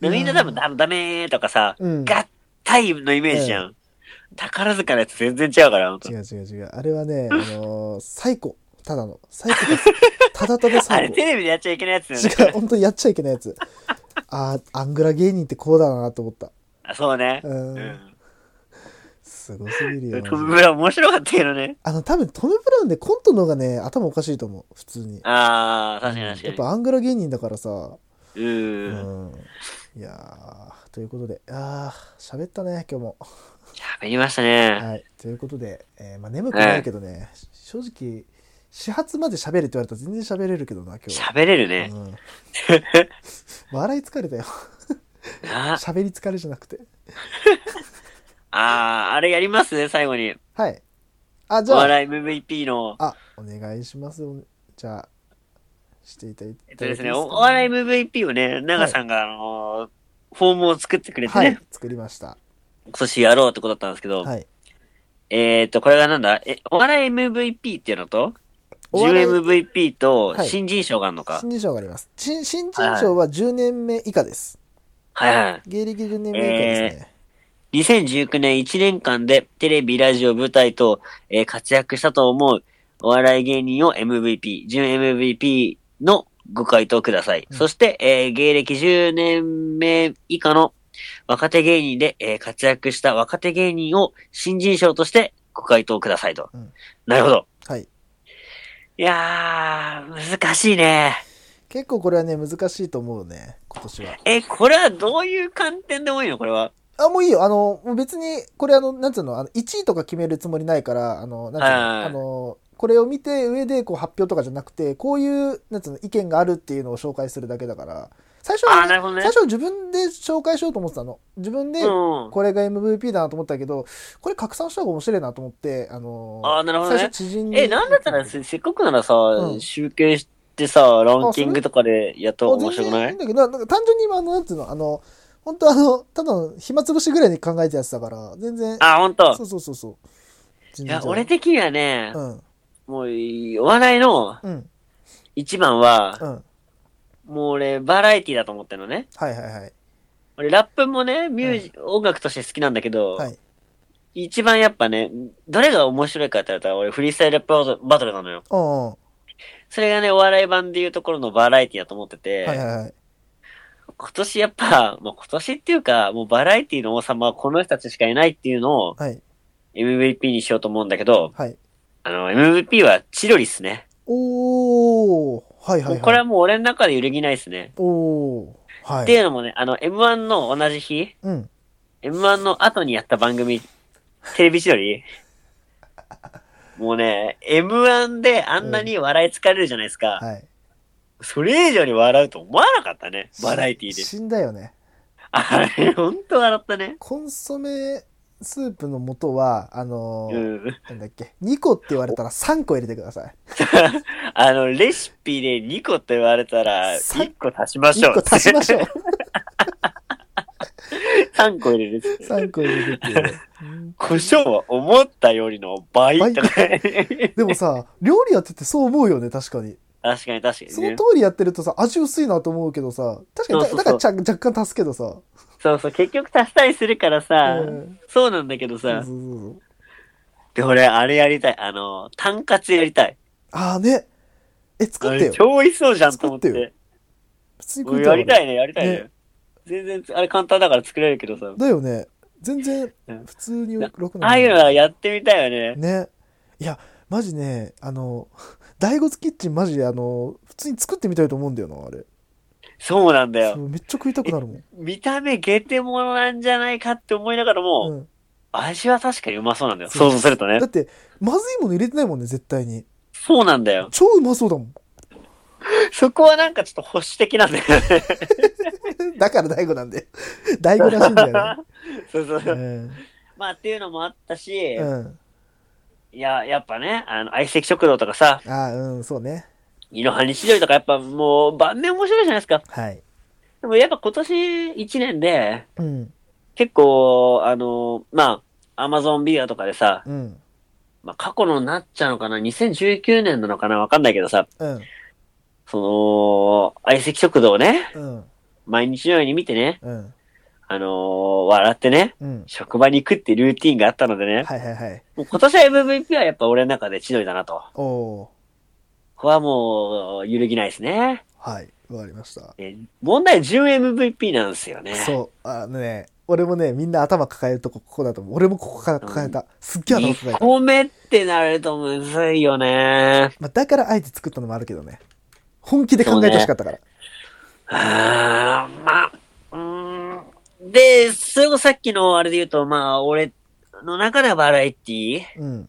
[SPEAKER 2] みんな多分ダメダメーとかさ、
[SPEAKER 1] うん。
[SPEAKER 2] 合体のイメージじゃん。宝塚のやつ全然違うから、ほんと
[SPEAKER 1] 違う違う違う。あれはね、あのー、最高。ただの。最高です。ただただ
[SPEAKER 2] あ
[SPEAKER 1] 最
[SPEAKER 2] れ
[SPEAKER 1] 高。
[SPEAKER 2] テレビでやっちゃいけないやつだよね。
[SPEAKER 1] 違う、本当にやっちゃいけないやつ。あーアングラ芸人ってこうだなと思った。
[SPEAKER 2] あそうね。
[SPEAKER 1] う。
[SPEAKER 2] うんん。
[SPEAKER 1] すごすぎるよ。マジ
[SPEAKER 2] トム・
[SPEAKER 1] で
[SPEAKER 2] ブラウン面白かったけどね。
[SPEAKER 1] あの、多分トム・ブラウンでコントの方がね、頭おかしいと思う、普通に。
[SPEAKER 2] ああ、確かに
[SPEAKER 1] やっ
[SPEAKER 2] 確か
[SPEAKER 1] ぱアングラ芸人だからさ。
[SPEAKER 2] に。う。
[SPEAKER 1] うんん。いやー、ということで、あー、喋ったね、今日も。
[SPEAKER 2] 喋りましたね。
[SPEAKER 1] はい。ということで、えーまあ、眠くなるけどね、正直、始発まで喋れって言われたら全然喋れるけどな、今日は。
[SPEAKER 2] 喋れるね。
[SPEAKER 1] うん、 笑い疲れたよ。
[SPEAKER 2] あ
[SPEAKER 1] 喋り疲れじゃなくて。
[SPEAKER 2] あー、あれやりますね、最後に。
[SPEAKER 1] はい。あ、じ
[SPEAKER 2] お
[SPEAKER 1] ゃあ、
[SPEAKER 2] 笑い MVP の。
[SPEAKER 1] あ、お願いします。おじゃあ、していただいて。
[SPEAKER 2] えっとですね、おお笑い MVP をね、長さんが、あのーフォームを作ってくれてね、
[SPEAKER 1] はい、作りました。
[SPEAKER 2] 今年やろうってことだったんですけど、
[SPEAKER 1] はい。
[SPEAKER 2] えっと、これがなんだえ、お笑い MVP っていうのと、
[SPEAKER 1] お笑い
[SPEAKER 2] 10MVP と
[SPEAKER 1] はい
[SPEAKER 2] 新人賞があるのか。
[SPEAKER 1] 新人賞があります。新新人賞は10年目以下です。
[SPEAKER 2] はい、はい、
[SPEAKER 1] 芸歴10年目以下ですね。
[SPEAKER 2] 2019年1年間でテレビ、ラジオ、舞台と、えー活躍したと思うお笑い芸人を MVP、準 MVP のご回答ください。
[SPEAKER 1] うん
[SPEAKER 2] そして、えー芸歴10年目以下の若手芸人で、えー活躍した若手芸人を新人賞としてご回答くださいと。
[SPEAKER 1] うん
[SPEAKER 2] なるほど。
[SPEAKER 1] はい。
[SPEAKER 2] いやー、難しいね。
[SPEAKER 1] 結構これはね、難しいと思うね、今年は。
[SPEAKER 2] え、これはどういう観点でもいいのこれは。
[SPEAKER 1] あ、もういいよ。あの、もう別に、これあの、なんつうの、あの1位とか決めるつもりないから、あの、なんつうの、
[SPEAKER 2] はい
[SPEAKER 1] あの、これを見て上でこう発表とかじゃなくて、こういう、なんつうの、意見があるっていうのを紹介するだけだから、最初
[SPEAKER 2] あ
[SPEAKER 1] は
[SPEAKER 2] ー、
[SPEAKER 1] ね、
[SPEAKER 2] なるほどね
[SPEAKER 1] 最。初は自分で紹介しようと思ってたの。自分で、
[SPEAKER 2] うん。
[SPEAKER 1] これが MVP だなと思ったけど、これ拡散した方が面白いなと思って、あの、
[SPEAKER 2] あーなるほどね
[SPEAKER 1] 最初知人に。
[SPEAKER 2] え、なんだったらせ、せっかくならさ、
[SPEAKER 1] うん
[SPEAKER 2] 集計してさ、ランキングとかでやった
[SPEAKER 1] あ
[SPEAKER 2] 方が面白く
[SPEAKER 1] 全
[SPEAKER 2] な
[SPEAKER 1] 然い
[SPEAKER 2] い
[SPEAKER 1] いんだけど、なんか単純に今、あの、なんつうの、あの、本当あの、ただの暇つぶしぐらいに考えたやつだから、全然、
[SPEAKER 2] あ、ほんと
[SPEAKER 1] そうそうそうそう。全
[SPEAKER 2] い
[SPEAKER 1] 然
[SPEAKER 2] や、俺的にはね
[SPEAKER 1] う、ん、
[SPEAKER 2] もう、お笑いの
[SPEAKER 1] うん、
[SPEAKER 2] 一番は、
[SPEAKER 1] うん。
[SPEAKER 2] もう俺、バラエティだと思ってるのね。
[SPEAKER 1] はいはいはい。
[SPEAKER 2] 俺、ラップもね、ミュージ、音楽として好きなんだけど、
[SPEAKER 1] はい。
[SPEAKER 2] 一番やっぱね、どれが面白いかって言ったら、俺、フリースタイルラップバトルバトルなのよ。
[SPEAKER 1] うん、うん。
[SPEAKER 2] それがね、お笑い版でいうところのバラエティだと思ってて、
[SPEAKER 1] はいはいはい。
[SPEAKER 2] 今年やっぱ、もう今年っていうか、もうバラエティの王様はこの人たちしかいないっていうのを、
[SPEAKER 1] はい。
[SPEAKER 2] MVP にしようと思うんだけど、
[SPEAKER 1] はい。
[SPEAKER 2] あの、MVP はチロリっすね。
[SPEAKER 1] おー、はいはい
[SPEAKER 2] も
[SPEAKER 1] は
[SPEAKER 2] う
[SPEAKER 1] い。
[SPEAKER 2] これはもう俺の中で揺るぎないっすね。
[SPEAKER 1] おー、は
[SPEAKER 2] ってい
[SPEAKER 1] い。
[SPEAKER 2] うのもね、あの、M1 の同じ日、
[SPEAKER 1] うん。
[SPEAKER 2] M1 の後にやった番組、テレビ千 鳥もうね、M1 であんなに笑い疲れるじゃないですか。
[SPEAKER 1] はい。
[SPEAKER 2] それ以上に笑うと思わなかったね。バラエティで
[SPEAKER 1] し。死んだよね。
[SPEAKER 2] あれ、ほんと笑ったね。
[SPEAKER 1] コンソメスープの素は、あの
[SPEAKER 2] う
[SPEAKER 1] ー
[SPEAKER 2] ん。
[SPEAKER 1] なんだっけ、2個って言われたら3個入れてください。
[SPEAKER 2] あの、レシピで2個って言われたら、
[SPEAKER 1] さ
[SPEAKER 2] 1個足しましょ
[SPEAKER 1] 1
[SPEAKER 2] う。
[SPEAKER 1] 個足しましょう。
[SPEAKER 2] 3個入れる。
[SPEAKER 1] 3個入れるっていう。
[SPEAKER 2] 胡椒は思ったよりの倍
[SPEAKER 1] 倍
[SPEAKER 2] とか ね。
[SPEAKER 1] でもさ、料理やっててそう思うよね、確かに。
[SPEAKER 2] 確かに確かに
[SPEAKER 1] その
[SPEAKER 2] ね
[SPEAKER 1] 通。りやってるとさ、味薄いなと思うけどさ、確か
[SPEAKER 2] そうそう
[SPEAKER 1] に、
[SPEAKER 2] そ
[SPEAKER 1] だ
[SPEAKER 2] う
[SPEAKER 1] だからちゃ若干足すけどさ。
[SPEAKER 2] そうそう、結局足したりするからさ、
[SPEAKER 1] うん
[SPEAKER 2] そうなんだけど
[SPEAKER 1] そうそう
[SPEAKER 2] さ、
[SPEAKER 1] そうそう
[SPEAKER 2] で、俺、あれやりたい。あの、単活やりたい。
[SPEAKER 1] ああね。え、
[SPEAKER 2] あ
[SPEAKER 1] 作って
[SPEAKER 2] れ、
[SPEAKER 1] よ。
[SPEAKER 2] 超美味しそうじゃんと思って。
[SPEAKER 1] 作って普通に
[SPEAKER 2] 俺やりた
[SPEAKER 1] い。
[SPEAKER 2] いね、やりたいね。
[SPEAKER 1] ね
[SPEAKER 2] 全然、あれ簡単だから作れるけどさ。
[SPEAKER 1] だよね。全然
[SPEAKER 2] うん、
[SPEAKER 1] 普通に楽
[SPEAKER 2] あ
[SPEAKER 1] な
[SPEAKER 2] あいうのは
[SPEAKER 1] っ
[SPEAKER 2] やってみたいよね。
[SPEAKER 1] ね。いや、マジね、あの、 大骨キッチンマジであの、普通に作ってみたいと思うんだよな、あれ。
[SPEAKER 2] そうなんだ
[SPEAKER 1] そ
[SPEAKER 2] よ。
[SPEAKER 1] うめっちゃ食いたくなるもん。
[SPEAKER 2] 見た目、ゲテモノなんじゃないかって思いながらも、
[SPEAKER 1] うん
[SPEAKER 2] 味は確かにうまそうなんだよ。
[SPEAKER 1] そう
[SPEAKER 2] 想像するとね
[SPEAKER 1] だ。って、まずいもの入れてないもんね、絶対に。
[SPEAKER 2] そうなんだよ。
[SPEAKER 1] 超うまそうだもん。
[SPEAKER 2] そこはなんかちょっと保守的なんだよね。
[SPEAKER 1] だから大悟なん で。大悟らしいんだよ
[SPEAKER 2] そう そうそう。
[SPEAKER 1] ね。
[SPEAKER 2] まあっていうのもあったし、
[SPEAKER 1] うん。うん
[SPEAKER 2] いや、やっぱね、あの、相席食堂とかさ、
[SPEAKER 1] ああ、うん、そうね。
[SPEAKER 2] いろはにしどりとかやっぱもう晩年面白いじゃないですか。
[SPEAKER 1] はい。
[SPEAKER 2] でもやっぱ今年1年で、
[SPEAKER 1] うん。
[SPEAKER 2] 結構、あの、まあ、アマゾンビアとかでさ、
[SPEAKER 1] うん。
[SPEAKER 2] まあ、過去のなっちゃうのかな、2019年なのかな、わかんないけどさ、
[SPEAKER 1] うん。
[SPEAKER 2] その、相席食堂をね、
[SPEAKER 1] うん。
[SPEAKER 2] 毎日のように見てね、
[SPEAKER 1] うん。
[SPEAKER 2] あのー笑ってね、
[SPEAKER 1] うん。
[SPEAKER 2] 職場に行くってルーティンがあったのでね、
[SPEAKER 1] はいはいはい。
[SPEAKER 2] もう今年は MVP はやっぱ俺の中で千鳥だなと。
[SPEAKER 1] おお
[SPEAKER 2] ここはもう、揺るぎないですね。
[SPEAKER 1] ー。はい。わかりました。
[SPEAKER 2] え問題は準 MVP なんですよね。
[SPEAKER 1] そう。あのね、俺もね、みんな頭抱えるとこここだと思う。俺もここから抱えた。すっげえ頭抱え
[SPEAKER 2] 1
[SPEAKER 1] た。
[SPEAKER 2] 個目ってなるとむずいよね。
[SPEAKER 1] まあ、だからあえて作ったのもあるけどね。本気で考えてほしかったから。
[SPEAKER 2] あーまあ、うーん。で、それこそさっきのあれで言うと、まあ、俺の中ではバラエティー
[SPEAKER 1] うん。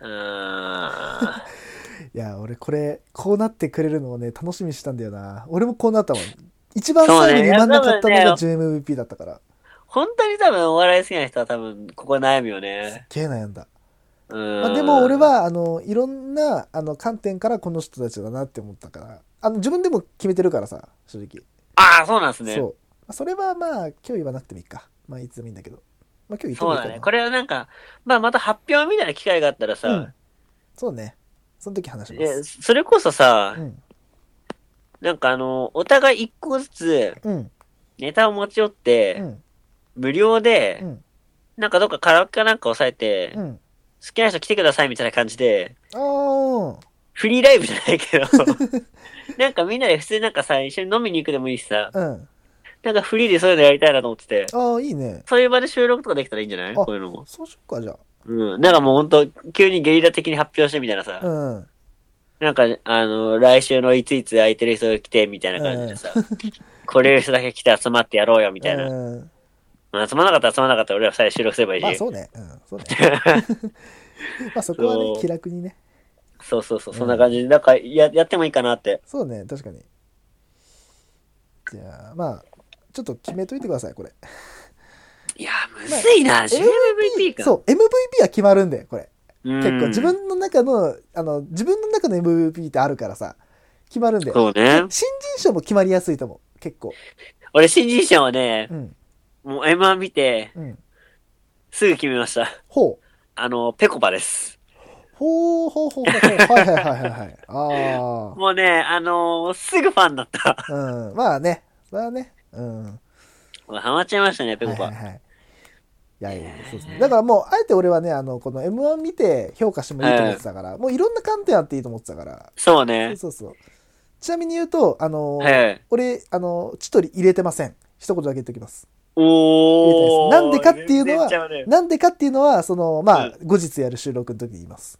[SPEAKER 2] うーん。
[SPEAKER 1] いや、俺これ、こうなってくれるのをね、楽しみにしたんだよな。俺もこうなったもん。一番最後に真んなかったのが 10MVP だったから。
[SPEAKER 2] 本当に多分お笑い好きな人は多分ここ悩むよね。
[SPEAKER 1] すっげえ悩んだ。
[SPEAKER 2] うーん。
[SPEAKER 1] まあ、でも俺、はあのいろんなあの観点からこの人たちだなって思ったからあの自分でも決めてるからさ正直、
[SPEAKER 2] ああ、そうなんですね。
[SPEAKER 1] そうそれはまあ今日言わなくてもいいかまあいつでもいいんだけど、まあ、今日言って
[SPEAKER 2] そ
[SPEAKER 1] も
[SPEAKER 2] う
[SPEAKER 1] いいか
[SPEAKER 2] だ
[SPEAKER 1] な
[SPEAKER 2] ね。これはなんか、まあまた発表みたいな機会があったら
[SPEAKER 1] う
[SPEAKER 2] さ
[SPEAKER 1] ん、そうねその時話しま
[SPEAKER 2] え
[SPEAKER 1] す
[SPEAKER 2] それこそさ
[SPEAKER 1] う、ん
[SPEAKER 2] なんかあの、お互い一個ずつ
[SPEAKER 1] うん
[SPEAKER 2] ネタを持ち寄っ
[SPEAKER 1] う
[SPEAKER 2] て、
[SPEAKER 1] ん
[SPEAKER 2] 無料で
[SPEAKER 1] う、ん
[SPEAKER 2] なんかどっかカラオケかなんか押さえて
[SPEAKER 1] う、ん
[SPEAKER 2] 好きな人来てくださいみたいな感じで、
[SPEAKER 1] あー
[SPEAKER 2] フリーライ ブ じゃないけど、なんかみんなで普通になんかさ、一緒に飲みに行くでもいいしさ、
[SPEAKER 1] うん
[SPEAKER 2] なんかフリーでそういうのやりたいなと思ってて。
[SPEAKER 1] ああ、いいね。
[SPEAKER 2] そういう場で収録とかできたらいいんじゃない
[SPEAKER 1] あ
[SPEAKER 2] こういうのも。
[SPEAKER 1] そうしよっか、じゃ
[SPEAKER 2] うん。なんかもうほんと、急にゲリラ的に発表してみたいなさ。
[SPEAKER 1] あ。うん。
[SPEAKER 2] なんか、あの、来週のいついつ空いてる人が来て、みたいな感じでさ。来れる人だけ来て集まってやろうよ、みたいな。
[SPEAKER 1] うん。
[SPEAKER 2] まあ集まらなかったら集まらなかったら俺ら二人収録すればいい
[SPEAKER 1] まあ、
[SPEAKER 2] し。
[SPEAKER 1] そうね。うん、そう ね。まあ、そこは
[SPEAKER 2] そ
[SPEAKER 1] ね、
[SPEAKER 2] う
[SPEAKER 1] 気楽にね。
[SPEAKER 2] そうそうそう、そんな感じで。なんか、や、やってもいいかなって。
[SPEAKER 1] そうね、確かに。じゃあ、まあ、ちょっと決めといてください、これ。
[SPEAKER 2] いやー、むずいな。JMVP か。
[SPEAKER 1] そう、MVP は決まるんだよ、これ。
[SPEAKER 2] うん。
[SPEAKER 1] 結構、自分の中の、あの、自分の中の MVP ってあるからさ、決まるんだよ。
[SPEAKER 2] そうね。
[SPEAKER 1] 新人賞も決まりやすいと思う、結構。
[SPEAKER 2] 俺、新人賞はね、
[SPEAKER 1] うん、
[SPEAKER 2] もう M1 見て、
[SPEAKER 1] うん。
[SPEAKER 2] すぐ決めました。
[SPEAKER 1] ほう。
[SPEAKER 2] あの、ぺこぱです。
[SPEAKER 1] ほうほうほうほう。はいはいはいはいはい。あ
[SPEAKER 2] もうね、あのーすぐファンだった。
[SPEAKER 1] あ。うん。まあね。それはね。うん。
[SPEAKER 2] もうハマっちゃいましたね、ぺ
[SPEAKER 1] は
[SPEAKER 2] こ
[SPEAKER 1] いは
[SPEAKER 2] ぱ。
[SPEAKER 1] いはい。いやいやそうですね。だからもう、あえて俺はね、あの、この M1 見て評価してもいいと思ってたから、もういろんな観点あっていいと思ってたから。
[SPEAKER 2] そう
[SPEAKER 1] そう
[SPEAKER 2] ね。
[SPEAKER 1] そうそう。ちなみに言うと、あの、
[SPEAKER 2] はい。
[SPEAKER 1] 俺、あの、千鳥入れてません。一言だけ言っておきます。
[SPEAKER 2] おー。
[SPEAKER 1] なんでかっていうのは
[SPEAKER 2] 全然ちゃうね
[SPEAKER 1] なんでかっていうのは、その、まあ
[SPEAKER 2] う、
[SPEAKER 1] 後日やる収録の時に言います。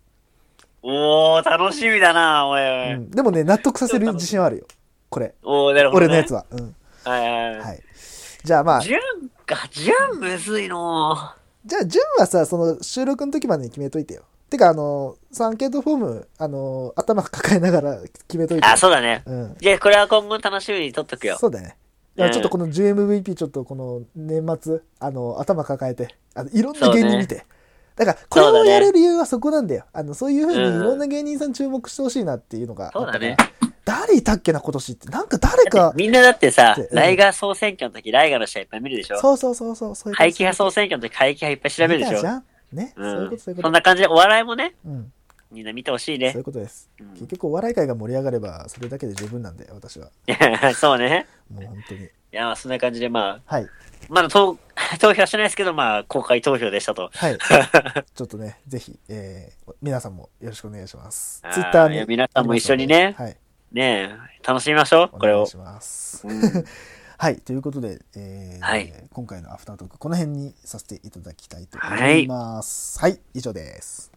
[SPEAKER 2] おー、楽しみだな、おいお
[SPEAKER 1] う
[SPEAKER 2] い。
[SPEAKER 1] ん。でもね、納得させる自信はあるよ。これ。
[SPEAKER 2] おー、なるほど、
[SPEAKER 1] 俺
[SPEAKER 2] ね。
[SPEAKER 1] のやつは。うん。
[SPEAKER 2] はいはいは。
[SPEAKER 1] はいい。じゃあまあ、
[SPEAKER 2] ジュンか、ジュンむずいのー
[SPEAKER 1] じゃあ、順はさ、その収録の時までに決めといてよ。てか、あの、サンケートフォーム、あの、頭抱えながら決めといて。
[SPEAKER 2] あ、そうだね。
[SPEAKER 1] うん。
[SPEAKER 2] じゃあ、これは今後楽しみに撮っとくよ。
[SPEAKER 1] そうだね。
[SPEAKER 2] うん
[SPEAKER 1] ちょっとこの 10MVP、ちょっとこの年末、あの、頭抱えて、あのいろんな
[SPEAKER 2] そうね
[SPEAKER 1] 芸人見て。だから、これ
[SPEAKER 2] そうだ
[SPEAKER 1] を
[SPEAKER 2] ね
[SPEAKER 1] やる理由はそこなんだよ。あの、そういうふうに
[SPEAKER 2] うん
[SPEAKER 1] いろんな芸人さん注目してほしいなっていうのがあったから。
[SPEAKER 2] そうだね
[SPEAKER 1] 誰いたっけな、今年って。なんか誰か、
[SPEAKER 2] みんなだってさ
[SPEAKER 1] うん、
[SPEAKER 2] ライガー総選挙の時、ライガーの試合いっぱい見るでしょ
[SPEAKER 1] そうそうそうそう、そういう
[SPEAKER 2] 会期派総選挙の時、会期派いっぱい調べるでし
[SPEAKER 1] 見たじ
[SPEAKER 2] ょ
[SPEAKER 1] ゃんね、
[SPEAKER 2] う
[SPEAKER 1] そういうこ
[SPEAKER 2] ん。
[SPEAKER 1] と、そういうこ
[SPEAKER 2] そん
[SPEAKER 1] と。
[SPEAKER 2] な感じで、お笑いもね、
[SPEAKER 1] うん。
[SPEAKER 2] みんな見てほし
[SPEAKER 1] そう
[SPEAKER 2] い
[SPEAKER 1] い
[SPEAKER 2] ね
[SPEAKER 1] う。ことです。
[SPEAKER 2] うん
[SPEAKER 1] 結局、お笑い界が盛り上がれば、それだけで十分なんで、私は。
[SPEAKER 2] そうね。
[SPEAKER 1] もう本当に。
[SPEAKER 2] いや、まあそんな感じで、まあ、
[SPEAKER 1] はい。
[SPEAKER 2] まだ投 投票してないですけど、まあ、公開投票でしたと。
[SPEAKER 1] はい。ちょっとね、ぜひ、えー、皆さんもよろしくお願いします
[SPEAKER 2] あ。ー
[SPEAKER 1] ツイッター
[SPEAKER 2] いや
[SPEAKER 1] に。
[SPEAKER 2] 皆さんも一緒にね
[SPEAKER 1] はい。
[SPEAKER 2] ねえ、楽しみましょう、
[SPEAKER 1] お
[SPEAKER 2] これ
[SPEAKER 1] 願い
[SPEAKER 2] を。
[SPEAKER 1] します。
[SPEAKER 2] うん
[SPEAKER 1] はい。ということで、えー
[SPEAKER 2] はい
[SPEAKER 1] 今回のアフタートーク、この辺にさせていただきたいと思います。はい。以上です。